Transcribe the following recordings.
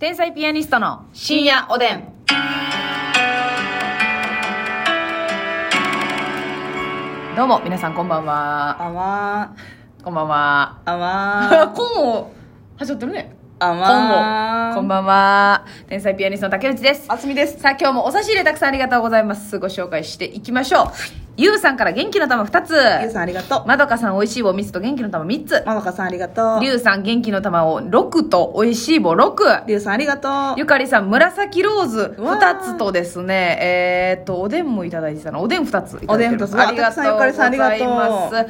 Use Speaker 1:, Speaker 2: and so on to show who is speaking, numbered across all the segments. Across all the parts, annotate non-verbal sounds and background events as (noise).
Speaker 1: 天才ピアニストの深夜おでん。どうも、皆さんこんばんは。
Speaker 2: あま
Speaker 1: こんばんは。
Speaker 2: ーあまー
Speaker 1: コンを、はしょってるね。
Speaker 2: あ
Speaker 1: コン
Speaker 2: ま
Speaker 1: を。
Speaker 2: ー
Speaker 1: こんばんは。天才ピアニストの竹内です。
Speaker 2: あつみです
Speaker 1: さあ、今日もお差し入れたくさんありがとうございます。ご紹介していきましょう。ゆうさんから元気の玉2つ。
Speaker 2: ゆうさんありがとう
Speaker 1: まどかさん美味しい棒3つと元気の玉3つ。
Speaker 2: まどかさんありがとう
Speaker 1: りゅうさん元気の玉を6と美味しい棒6。
Speaker 2: りゅうさんありがとう
Speaker 1: ゆかりさん紫ローズ
Speaker 2: うわ
Speaker 1: 2
Speaker 2: ー
Speaker 1: つとですねえーっとおでんもいただいてたのおでん2ついただいてる
Speaker 2: おでん二つ
Speaker 1: ありがとうございます
Speaker 2: あたくさんゆかりさんありがとうい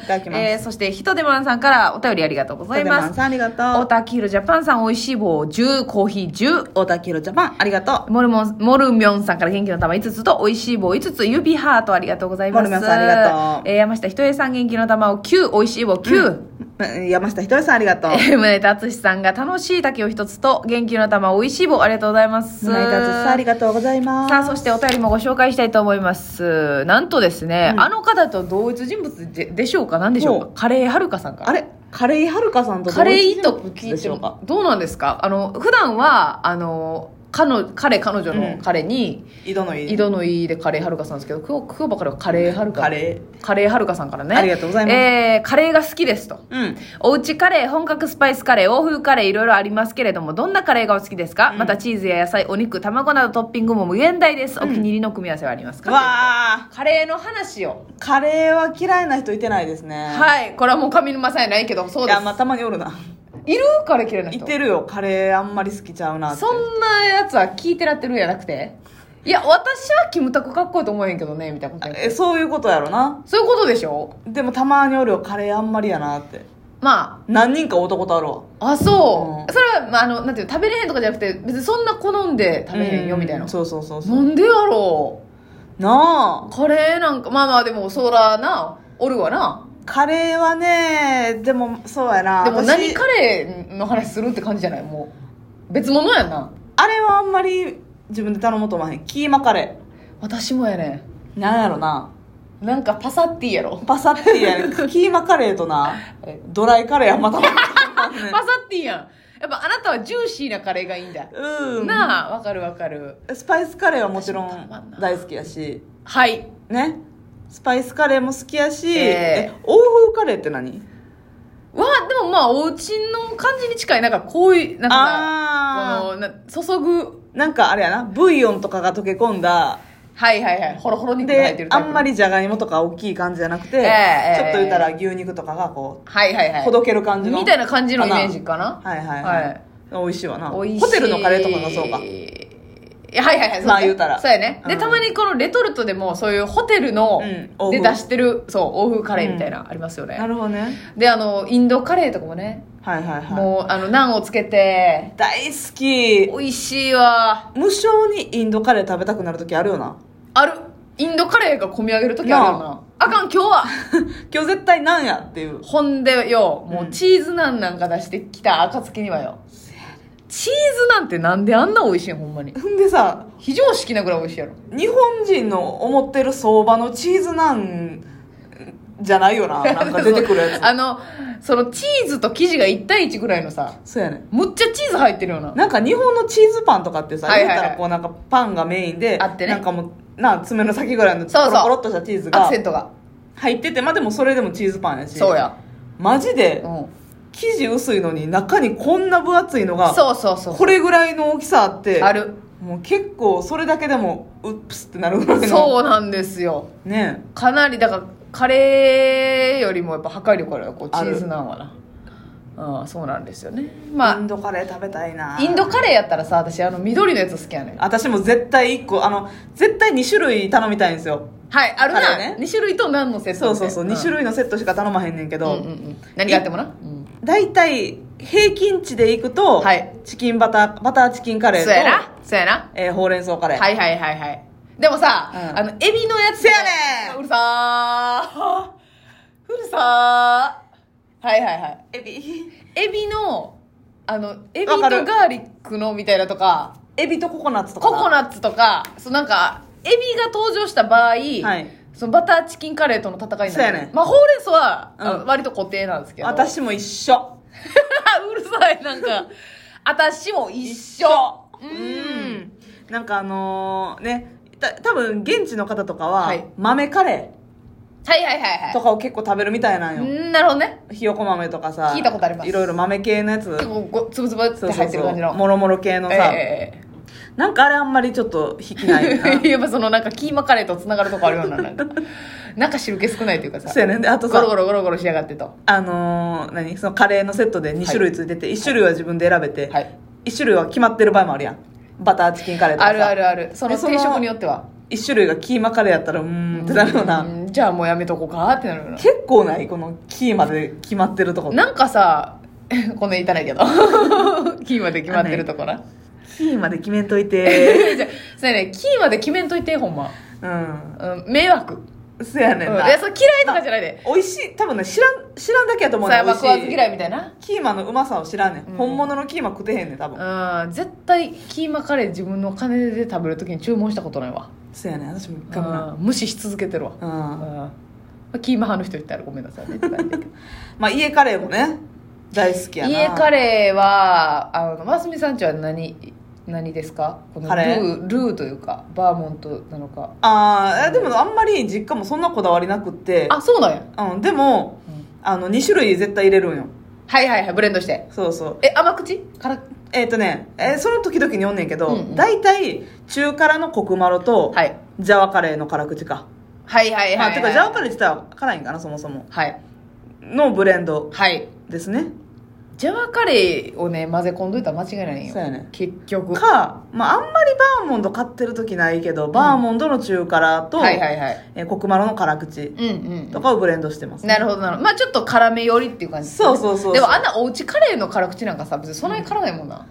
Speaker 2: ただきます
Speaker 1: えーそしてひとでまんさんからお便りありがとうござい
Speaker 2: とでま
Speaker 1: ま
Speaker 2: ん
Speaker 1: す
Speaker 2: さんありが
Speaker 1: オ
Speaker 2: と
Speaker 1: タキールジャパンさんおいしい棒10コーヒー10
Speaker 2: うおたきろジャパンありがと
Speaker 1: モルモン、モルミョンさんから元気の玉5つと、美味しい棒5つ、指ハートありがとうございます。
Speaker 2: モルミョンさんありがとう
Speaker 1: えー山下ひとえさん元気の玉を9、美味しい棒9。
Speaker 2: ううん山下ひとりさんありがとう
Speaker 1: えー (laughs) 宗田敦さんが楽しい竹を1つと、元気の玉美味しい棒ありがとうございます。
Speaker 2: 村井達さんありがとうございます
Speaker 1: さあ、そしてお便りもご紹介したいと思います。なんとですね、
Speaker 2: うん
Speaker 1: あの方と同一人物ででしょうか何でしょうか
Speaker 2: ほう
Speaker 1: カレーはるかさんから。
Speaker 2: あれカレイはるかさんと
Speaker 1: カレーと
Speaker 2: 同一人
Speaker 1: 聞
Speaker 2: 物
Speaker 1: い
Speaker 2: でしてょう
Speaker 1: る
Speaker 2: か
Speaker 1: どうなんですかあの、普段は、あの、彼彼彼女
Speaker 2: う
Speaker 1: の
Speaker 2: ん
Speaker 1: 彼に、
Speaker 2: 井戸の井
Speaker 1: 井戸の井でカレーはるかさんですけど今日今日ばかりはカレーはるか
Speaker 2: カレ
Speaker 1: カレーはるかさんからね
Speaker 2: ありがとうございます
Speaker 1: えーカレーが好きですと
Speaker 2: うん
Speaker 1: おうちカレー本格スパイスカレー欧風カレーいろいろありますけれどもどんなカレーがお好きですか、
Speaker 2: うん
Speaker 1: またチーズや野菜お肉卵などトッピングも無限大です、お気に入りの組み合わせはありますか
Speaker 2: わあ
Speaker 1: カレーの話を、
Speaker 2: カレーは嫌いな人いてないですね
Speaker 1: はいこれはもう上沼さんやないけどそう
Speaker 2: い
Speaker 1: です
Speaker 2: やまあたまにおるない
Speaker 1: るカレー嫌いな人
Speaker 2: いてるよカレーあんまり好きちゃうなって
Speaker 1: そんなやつは聞いてらってるんやなくていや私はキムタクかっこいいと思えへんけどねみたいなことやって
Speaker 2: えそういうことやろな
Speaker 1: そういうことでしょ
Speaker 2: でもたまにおるよカレーあんまりやなって
Speaker 1: まあ
Speaker 2: 何人か男とあるわ
Speaker 1: あそう、
Speaker 2: うん
Speaker 1: それは、まあ、あのなんていうの食べれへんとかじゃなくて別にそんな好んで食べへんよみたいな、
Speaker 2: うそうそうそうそう
Speaker 1: なんでやろ
Speaker 2: な
Speaker 1: う
Speaker 2: あ
Speaker 1: カレーなんかまあまあでもそらなおるわな
Speaker 2: カレーはねでもそうやな
Speaker 1: でも
Speaker 2: 私
Speaker 1: 何カレーの話するって感じじゃないもう別物やんな
Speaker 2: あれはあんまり自分で頼もうと思わへんキーマカレ
Speaker 1: 私もやね
Speaker 2: ーなんやろなん
Speaker 1: なんかパサッティや
Speaker 2: (laughs)
Speaker 1: ろ
Speaker 2: パサッてや
Speaker 1: (laughs)
Speaker 2: ねキーマカレーとな
Speaker 1: え
Speaker 2: ドライカレーあんま頼む
Speaker 1: パサッティやんやっぱあなたはジューシーなカレーがいいんだ、
Speaker 2: うん
Speaker 1: なあわかるわかる
Speaker 2: スパイスカレーはもちろ
Speaker 1: 私もたまん
Speaker 2: ん
Speaker 1: な
Speaker 2: 大好きやし
Speaker 1: はい
Speaker 2: ねスパイスカレーも好きやし、
Speaker 1: えー
Speaker 2: え欧風カレーって何
Speaker 1: わでもまあお家の感じに近いなんかこういうなんか
Speaker 2: あ
Speaker 1: このな注ぐ
Speaker 2: なんかあれやなブイヨンとかが溶け込んだ
Speaker 1: はいはいはいほろほろ肉が入って
Speaker 2: で
Speaker 1: るタ
Speaker 2: あ
Speaker 1: イプ
Speaker 2: んまりじゃがいもとか大きい感じじゃなくて、
Speaker 1: ええ
Speaker 2: ちょっと言ったら牛肉とかがこ
Speaker 1: はいはいは
Speaker 2: う
Speaker 1: い
Speaker 2: ほどける感じの
Speaker 1: みたいな感じのイメージかな
Speaker 2: はいはい
Speaker 1: は
Speaker 2: はいい、美味しいわな
Speaker 1: 美味しい
Speaker 2: ホテルのカレーとかがそうか
Speaker 1: いやはいはいはい
Speaker 2: まあ
Speaker 1: そね
Speaker 2: 言うたら
Speaker 1: そうやねで
Speaker 2: うん
Speaker 1: たまにこのレトルトでもそういうホテルの
Speaker 2: うん欧
Speaker 1: で
Speaker 2: 風
Speaker 1: 出してるそう欧風カレーみたいなありますよ
Speaker 2: な
Speaker 1: ね
Speaker 2: るほどね
Speaker 1: であのインドカレーとかもね
Speaker 2: はいはいはい
Speaker 1: もうあのナンをつけて
Speaker 2: 大好き
Speaker 1: 美味しいわ
Speaker 2: 無性にインドカレー食べたくなる時あるよな (laughs)
Speaker 1: あるインドカレーが込み上げる時あるよなあかん今日
Speaker 2: (laughs)
Speaker 1: は
Speaker 2: 今日絶対なんやっていう
Speaker 1: ほんでよもううんチーズナンなんか出してきた暁にはよチーズナンってなんであんな美味しいんほんまに
Speaker 2: ほんでさ
Speaker 1: 非常識なぐらい美味しいやろ
Speaker 2: 日本人の思ってる相場のチーズなんじゃないよななんか出てくるや
Speaker 1: あのそのチーズと生地が1対1ぐらいのさ (laughs)
Speaker 2: つそうやね
Speaker 1: むっちゃチーズ入ってるような
Speaker 2: なんか日本のチーズパンとかってさ、
Speaker 1: はいはいはい
Speaker 2: 言ったらこうなんかパンがメインで、
Speaker 1: あってね
Speaker 2: なんかもう、な、爪の先ぐらいの
Speaker 1: そうそう
Speaker 2: コロコロっとしたチーズ
Speaker 1: ア
Speaker 2: が
Speaker 1: クセントが
Speaker 2: 入ってて、まあでもそれでもチーズパンやし。
Speaker 1: そう。や、
Speaker 2: マジで
Speaker 1: う、ん、
Speaker 2: 生地薄いのに中にこんな分厚いのが、
Speaker 1: そうそうそう
Speaker 2: これぐらいの大きさあって、
Speaker 1: ある
Speaker 2: もう結構それだけでも、うっプスってなるぐらいの。
Speaker 1: そうなんですよ
Speaker 2: ね
Speaker 1: かなりだからカレーよりもやっぱ破壊力あるよこうチ
Speaker 2: ある
Speaker 1: ーズなんはなうん、そうなんですよね
Speaker 2: イ
Speaker 1: ま
Speaker 2: ンドカレー食べたいな
Speaker 1: あインドカレーやったらさ私あの緑のやつ好きやねん
Speaker 2: 私も絶対1個、あの、絶対2種類頼みたいんですよ。
Speaker 1: はいある
Speaker 2: カ
Speaker 1: な、
Speaker 2: レーね
Speaker 1: 2種類と何のセッ
Speaker 2: そ
Speaker 1: ト
Speaker 2: うそうそう、2種
Speaker 1: 類
Speaker 2: 類のセットしか頼まへんねんけど、
Speaker 1: うんうんうん、何があってもな、うん
Speaker 2: 大体平均値でいくと、
Speaker 1: はい
Speaker 2: チキンバターバターチキンカレー
Speaker 1: そう
Speaker 2: と
Speaker 1: やなそうやな
Speaker 2: えーほうれん草カレー、
Speaker 1: はいはいはいはい。でもさ、
Speaker 2: うん
Speaker 1: あの、エビのやつ。
Speaker 2: せやねん
Speaker 1: うるさー。うるさー。はいはいはい。
Speaker 2: エビ
Speaker 1: エビの、あの、エビと
Speaker 2: わ
Speaker 1: ガ
Speaker 2: かる
Speaker 1: ーリックのみたいなとか、
Speaker 2: エビとココナッツとか
Speaker 1: ココナッツとか、そうなんか、エビが登場した場合、
Speaker 2: はい
Speaker 1: そのバターチキンカレーとの戦いに
Speaker 2: そう
Speaker 1: な
Speaker 2: や
Speaker 1: る。
Speaker 2: ねん
Speaker 1: まあ、ほうれん草は、あの
Speaker 2: うん
Speaker 1: (laughs) 割と固定なんですけど。
Speaker 2: 私も一緒 (laughs)
Speaker 1: うるさい、なんか。私も一緒う
Speaker 2: うんなんかあのーねた多分現地の方とかは、
Speaker 1: はい
Speaker 2: 豆カレ
Speaker 1: はいはいはい
Speaker 2: ー
Speaker 1: は
Speaker 2: とかを結構食べるみたいなん
Speaker 1: い
Speaker 2: よ、
Speaker 1: うんなるほどね
Speaker 2: ひよこ豆とかさ
Speaker 1: 聞いたことあります
Speaker 2: いろいろ豆系のやつ
Speaker 1: 結構ごつぶつぶって入ってる感じの
Speaker 2: もろもろ系のさ、
Speaker 1: ええ
Speaker 2: なんかあれあんまりちょっと引きないよな
Speaker 1: (laughs) やっぱそのなんかキーマカレーとつながるとこあるようななんかなんか汁気少ないというかさ
Speaker 2: そうやねであと
Speaker 1: ゴ
Speaker 2: さ
Speaker 1: ロゴロゴロゴロしやがってと
Speaker 2: あのー何そのカレーのセットで2種類ついてて、1種類は自分で選べて、
Speaker 1: はい
Speaker 2: 1種類は決まってる場合もあるやんバターチキンカレーとかさ
Speaker 1: あるあるあるその
Speaker 2: でその
Speaker 1: 定食によっては
Speaker 2: 1種類がキーマカレーやったらうーんってなるような
Speaker 1: うんじゃあもうやめとこうかってなるよな
Speaker 2: 結構ないこのキーまで決まってるとこ
Speaker 1: なんかさ (laughs) こんな言いたないけど (laughs) キーまで決まってるとこな、
Speaker 2: キーまで決めんと
Speaker 1: (laughs)
Speaker 2: いて
Speaker 1: じゃあそうやねキーまで決めんといてほんま、
Speaker 2: うん
Speaker 1: うん、迷惑、
Speaker 2: そや
Speaker 1: うん、
Speaker 2: ね
Speaker 1: い
Speaker 2: んな
Speaker 1: やそれ嫌いとかじゃないで、
Speaker 2: 美味しい多分ね知らん知らんだけやと思う
Speaker 1: さあ
Speaker 2: ねん美
Speaker 1: まあ
Speaker 2: 味し
Speaker 1: 食わず
Speaker 2: い
Speaker 1: 嫌いみたいな
Speaker 2: キーマのうまさを知らんねん、
Speaker 1: うん
Speaker 2: 本物のキーマ食ってへんねん多分、
Speaker 1: うん絶対キーマカレー自分の金で食べるときに注文したことないわ、
Speaker 2: そやねん私も一回もな
Speaker 1: うん、無視し続けてるわ、
Speaker 2: う
Speaker 1: うん
Speaker 2: ん
Speaker 1: まあキーマ派の人いたらごめんなさいねって感じだ
Speaker 2: (laughs)
Speaker 1: けど
Speaker 2: まあ家カレーもね大好きやな
Speaker 1: 家カ
Speaker 2: レ
Speaker 1: レーはあのますみさんちは何何ですかこの
Speaker 2: カ
Speaker 1: ル
Speaker 2: レー
Speaker 1: ールーというかバーモントなのか
Speaker 2: あーえでもあんまり実家もそんなこだわりなくって
Speaker 1: あそうなんや、
Speaker 2: うん、でも
Speaker 1: うん
Speaker 2: あの2種類絶対入れるんよ
Speaker 1: はいはいはいブレンドして
Speaker 2: そうそう
Speaker 1: え甘口辛
Speaker 2: えっ、とね、えーその時々におんねんけど、
Speaker 1: うんうん
Speaker 2: 大体中辛のコクマロと、
Speaker 1: はい
Speaker 2: ジャワカレーの辛口か、
Speaker 1: はいはい
Speaker 2: ま
Speaker 1: はい
Speaker 2: あ、
Speaker 1: はい
Speaker 2: てかジャワカレー自体は辛いんかなそもそも
Speaker 1: はい
Speaker 2: のブレンド
Speaker 1: はい
Speaker 2: ですね
Speaker 1: ジャワカレーをね混ぜ込んどいたら間違いないんよ
Speaker 2: そうやね
Speaker 1: 結局
Speaker 2: か、まあ、あんまりバーモンド買ってる時ないけどバーモンドの中辛と、
Speaker 1: はいはいはい
Speaker 2: えーコクマロの辛口
Speaker 1: うんうん
Speaker 2: とかをブレンドしてます、
Speaker 1: なるほどなるほどまあちょっと辛めよりっていう感じ
Speaker 2: そうそうそうそう
Speaker 1: でもあんなおうちカレーの辛口なんかさ別にそんなに辛ないもんな、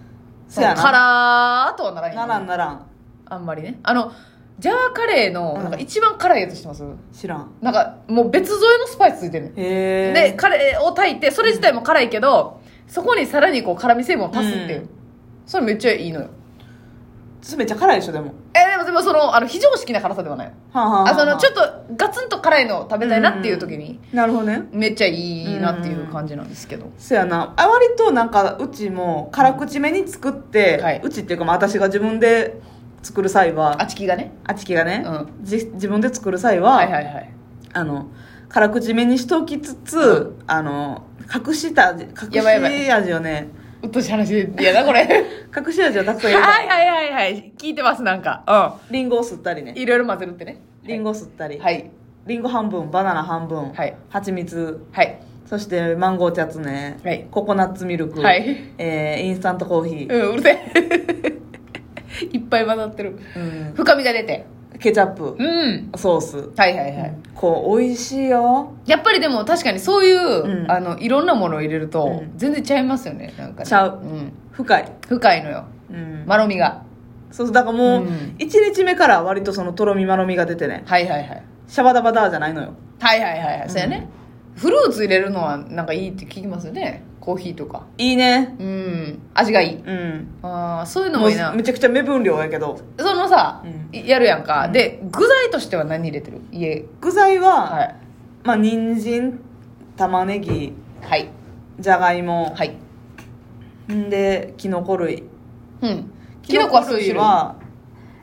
Speaker 2: そうやな
Speaker 1: 辛ーとはならへんよ
Speaker 2: ならんならん
Speaker 1: あんまりねあのジャワカレーの
Speaker 2: うん
Speaker 1: なんか一番辛いやつしてます、
Speaker 2: 知らん
Speaker 1: なんかもう別添えのスパイスついてるねん
Speaker 2: へえ
Speaker 1: でカレーを炊いてそれ自体も辛いけど、そこにさらにこう辛味成分を足すっていう、
Speaker 2: うん
Speaker 1: それめっちゃいいのよ
Speaker 2: めっちゃ辛いでしょでも
Speaker 1: えーでもでもそのあの非常識な辛さではない
Speaker 2: はあはは
Speaker 1: あそのちょっとガツンと辛いの食べたいなっていう時に、
Speaker 2: なるほどね
Speaker 1: めっちゃいいなっていう感じなんですけど、
Speaker 2: そやなあ割となんかうちも辛口めに作って、
Speaker 1: はいう
Speaker 2: ちっていうかまあ私が自分で作る際は
Speaker 1: あちきがね
Speaker 2: あちきがね、
Speaker 1: う
Speaker 2: じ自分で作る際は、
Speaker 1: はいはいはい
Speaker 2: あの辛口めにしときつつ、
Speaker 1: う
Speaker 2: あの隠した味隠
Speaker 1: やばいやばい
Speaker 2: し味をね
Speaker 1: うっとうしい話でやなこ (laughs) れ
Speaker 2: 隠し味をたくさん
Speaker 1: は
Speaker 2: 入
Speaker 1: い
Speaker 2: れて
Speaker 1: はいはいはい聞いてますなんか
Speaker 2: リンゴを吸ったり
Speaker 1: うん
Speaker 2: ね
Speaker 1: いろいろ混ぜるってね
Speaker 2: リンゴを吸ったり、
Speaker 1: はい
Speaker 2: リンゴ半分バナナ半分、
Speaker 1: はい
Speaker 2: 蜂蜜
Speaker 1: はい
Speaker 2: そしてマンゴーチャツネ、
Speaker 1: はい
Speaker 2: ココナッツミルク、
Speaker 1: はい
Speaker 2: えーインスタントコーヒー、
Speaker 1: うんうるせえ (laughs) いっぱい混ざってる
Speaker 2: うん
Speaker 1: 深みが出て
Speaker 2: ケチャップ
Speaker 1: うん
Speaker 2: ソース
Speaker 1: はいはいはい、
Speaker 2: こう美味しいよ
Speaker 1: やっぱりでも確かにそういう、
Speaker 2: うん
Speaker 1: あのいろんなものを入れると、
Speaker 2: うん
Speaker 1: 全然ちゃいますよねなんかね、
Speaker 2: ちゃうん深い、
Speaker 1: 深いのよ
Speaker 2: うん
Speaker 1: まろみが
Speaker 2: そうそうだからもう
Speaker 1: うん
Speaker 2: 1日目から割とそのとろみまろみが出てね
Speaker 1: はいはいはい
Speaker 2: シャバダバダーじゃないのよ
Speaker 1: はいはいはいはい、
Speaker 2: ん
Speaker 1: そうやねフルーツ入れるのはなんかいいって聞きますよねコーヒーとか
Speaker 2: いいね
Speaker 1: うん味がいい
Speaker 2: うん
Speaker 1: あーそういうの
Speaker 2: も
Speaker 1: もいいな
Speaker 2: うめちゃくちゃ目分量やけど
Speaker 1: そのさ、
Speaker 2: うん
Speaker 1: いやるやんか、で具材としては何入れてる家
Speaker 2: 具材は、
Speaker 1: はい
Speaker 2: まあ人参玉ねぎ
Speaker 1: はい
Speaker 2: じゃがいも、
Speaker 1: はい
Speaker 2: んできのこ類
Speaker 1: うんキノコは数種類
Speaker 2: は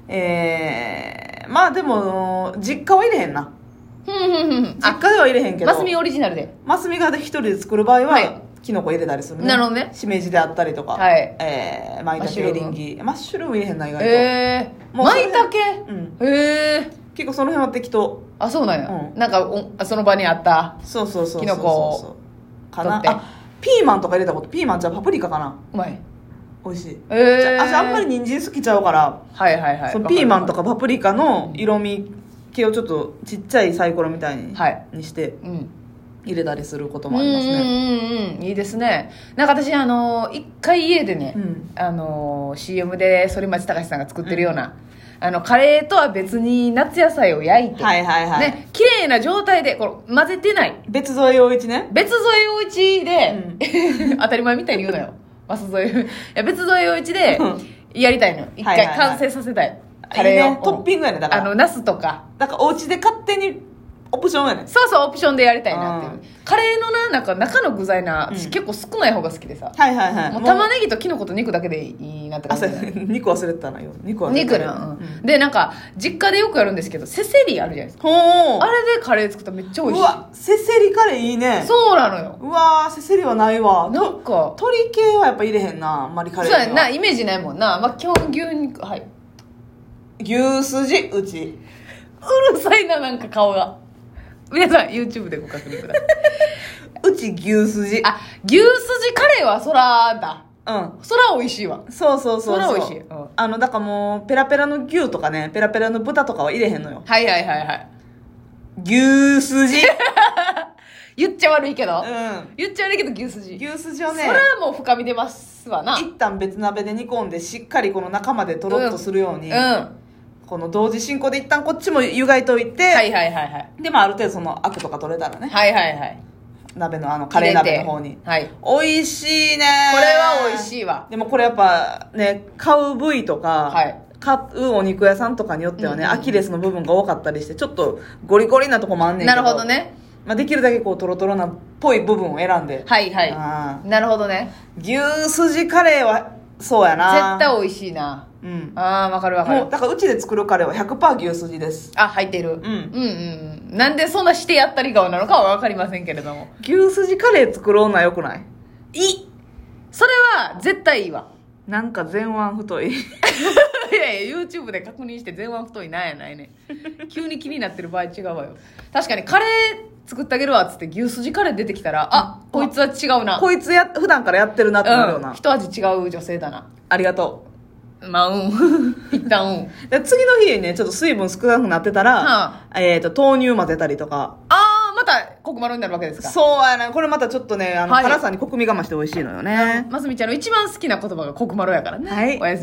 Speaker 2: えー、まあでも実家は入れへんな
Speaker 1: ふんふんふんふん
Speaker 2: 実
Speaker 1: あ
Speaker 2: 家では入れへんけど
Speaker 1: マスミオリジナルで
Speaker 2: ますみが一人で作る場合は、
Speaker 1: はい
Speaker 2: きのこ入れたりするね
Speaker 1: なるほどね
Speaker 2: しめじであったりとか
Speaker 1: はい
Speaker 2: えー、まいた
Speaker 1: マッシ
Speaker 2: け
Speaker 1: ュル
Speaker 2: エ
Speaker 1: ーム
Speaker 2: リンギマッシュルーム入れへんな意外と、
Speaker 1: ええ
Speaker 2: もうそ
Speaker 1: ま
Speaker 2: れ
Speaker 1: いたけへ
Speaker 2: うん、
Speaker 1: え
Speaker 2: 結構その辺は適当
Speaker 1: あそうなんや、
Speaker 2: うん
Speaker 1: なんかおあその場にあった
Speaker 2: そうそうそうそうそう
Speaker 1: きのこ
Speaker 2: そうかな
Speaker 1: 取って
Speaker 2: あピーマンとか入れたことピーマンじゃあパプリカかな
Speaker 1: うまい
Speaker 2: 美味しい、
Speaker 1: ええ
Speaker 2: ああんまり人参好きちゃうから、
Speaker 1: はいはいはい
Speaker 2: そのピーマンと
Speaker 1: か
Speaker 2: かパプリカの色味系をちょっとちっちゃいサイコロみたいに,、
Speaker 1: はい
Speaker 2: にして
Speaker 1: うん
Speaker 2: 入れたりすること
Speaker 1: うん
Speaker 2: もありますね
Speaker 1: うんうんうんいいですねなんか私あのー一回家でね、
Speaker 2: うん
Speaker 1: あのー CM で反町隆史さんが作ってるような、あのカレーとは別に夏野菜を焼いて、
Speaker 2: はいはいはい、
Speaker 1: ね綺麗な状態でこれ混ぜてない
Speaker 2: 別添え陽一ね
Speaker 1: 別添えおうちで、 (laughs) 当たり前みたいに言うなよマス添えいや別添えおうちで
Speaker 2: うん
Speaker 1: やりたいのよ一
Speaker 2: はい
Speaker 1: 回
Speaker 2: はいはい
Speaker 1: 完成させたい、
Speaker 2: あれね
Speaker 1: カレーを
Speaker 2: トッピングやねだか
Speaker 1: あ
Speaker 2: ら
Speaker 1: のナスとか
Speaker 2: なんかお家で勝手にオプションやねん
Speaker 1: そうそうオプションでやりたいなっていう、
Speaker 2: うん
Speaker 1: カレーのななんか中の具材な、私
Speaker 2: うん
Speaker 1: 結構少ない方が好きでさ、
Speaker 2: はいはいはい
Speaker 1: もう玉ねぎとキノコと肉だけでいいなって感
Speaker 2: あ
Speaker 1: じ
Speaker 2: そう
Speaker 1: じゃ
Speaker 2: や
Speaker 1: ない
Speaker 2: ね肉忘れてたなよ肉忘れて
Speaker 1: 肉
Speaker 2: た
Speaker 1: な、うん
Speaker 2: うん
Speaker 1: でなんか実家でよくやるんですけどせせりあるじゃないですか
Speaker 2: ほ
Speaker 1: あ
Speaker 2: ー
Speaker 1: れでカレー作ったらめっちゃ美味し
Speaker 2: うわせせりカレーいいね
Speaker 1: いそうなのよ
Speaker 2: うわーせせりはないわ
Speaker 1: なんか
Speaker 2: 鶏系はやっぱ入れへんなあんまりカ
Speaker 1: そう
Speaker 2: レーには
Speaker 1: やんなイメージないもんな、まあ、基本牛肉はいう (laughs)
Speaker 2: 牛すじうち
Speaker 1: るさいななんか顔が皆さん YouTube でご確認ください (laughs)
Speaker 2: うち牛すじ
Speaker 1: あ牛すじカレーはそらだ
Speaker 2: うん
Speaker 1: そら美味しいわ
Speaker 2: そうそうそ
Speaker 1: そ
Speaker 2: う
Speaker 1: うら美味しい、うんは
Speaker 2: あのだからもうペラペラの牛とかねペラペラの豚とかは入れへんのよ
Speaker 1: いはいはいはい
Speaker 2: 牛すじ
Speaker 1: 言っちゃ悪いけど
Speaker 2: う
Speaker 1: 言っちゃ悪いけど牛すじ
Speaker 2: ん牛すじを
Speaker 1: そ
Speaker 2: ね
Speaker 1: らもう深み出ますわな
Speaker 2: 一旦別鍋で煮込んでしっかりこの中までとろっとするよう
Speaker 1: う
Speaker 2: に、
Speaker 1: んは
Speaker 2: この同時進行で一旦こっちも湯がいといて、
Speaker 1: いはいはいはい
Speaker 2: でもある程度そのアクとか取れたらね
Speaker 1: はいはいはい
Speaker 2: 鍋のあのカレー鍋の方
Speaker 1: 入
Speaker 2: に
Speaker 1: れてはいこ
Speaker 2: 美味しいね
Speaker 1: れは美味しいわ
Speaker 2: でもこれやっぱね買う部位とか、
Speaker 1: はい
Speaker 2: 買うお肉屋さんとかによっては
Speaker 1: うんう
Speaker 2: ね、
Speaker 1: んうん
Speaker 2: アキレスの部分が多かったりしてちょっとゴリゴリなとこもあんねんけ
Speaker 1: な
Speaker 2: ど
Speaker 1: るほど、ね
Speaker 2: まあ、できるだけこうトロトロなっぽい部分を選んで、
Speaker 1: はいは
Speaker 2: あ
Speaker 1: いなるほどね
Speaker 2: ー牛すじカレーはそうやな
Speaker 1: 絶対美味しいな
Speaker 2: うん
Speaker 1: あーわかるわか
Speaker 2: もう
Speaker 1: る
Speaker 2: だからうちで作るカレーは100%牛すじです
Speaker 1: あ入っているうん
Speaker 2: ん
Speaker 1: うんうんなんでそんなしてやったり顔なのかはわかりませんけれども
Speaker 2: 牛すじカレー作ろうなよくない
Speaker 1: いそれは絶対いいわ (laughs)
Speaker 2: なんか前腕太い
Speaker 1: いやいや YouTube で確認して全腕太いなんやないね (laughs) ん急に気になってる場合違うわよ確かにカレー作ってあげるわっつって牛すじカレー出てきたらあこいつは違うな
Speaker 2: こいつや普段からやってるなってなるよな、
Speaker 1: うん、一味違う女性だな
Speaker 2: ありがと
Speaker 1: まあうん (laughs) 一旦うん
Speaker 2: うで次の日にねちょっと水分少なくなってたら、
Speaker 1: は
Speaker 2: えっ、と豆乳混ぜたりとか
Speaker 1: ああまたコクマロになるわけですか
Speaker 2: そうやねこれまたちょっとねあの、
Speaker 1: はい
Speaker 2: 辛さにコクみがまして美味しいのよね
Speaker 1: ますみちゃんの一番好きな言葉がコクマロやからね
Speaker 2: はい
Speaker 1: おやすみ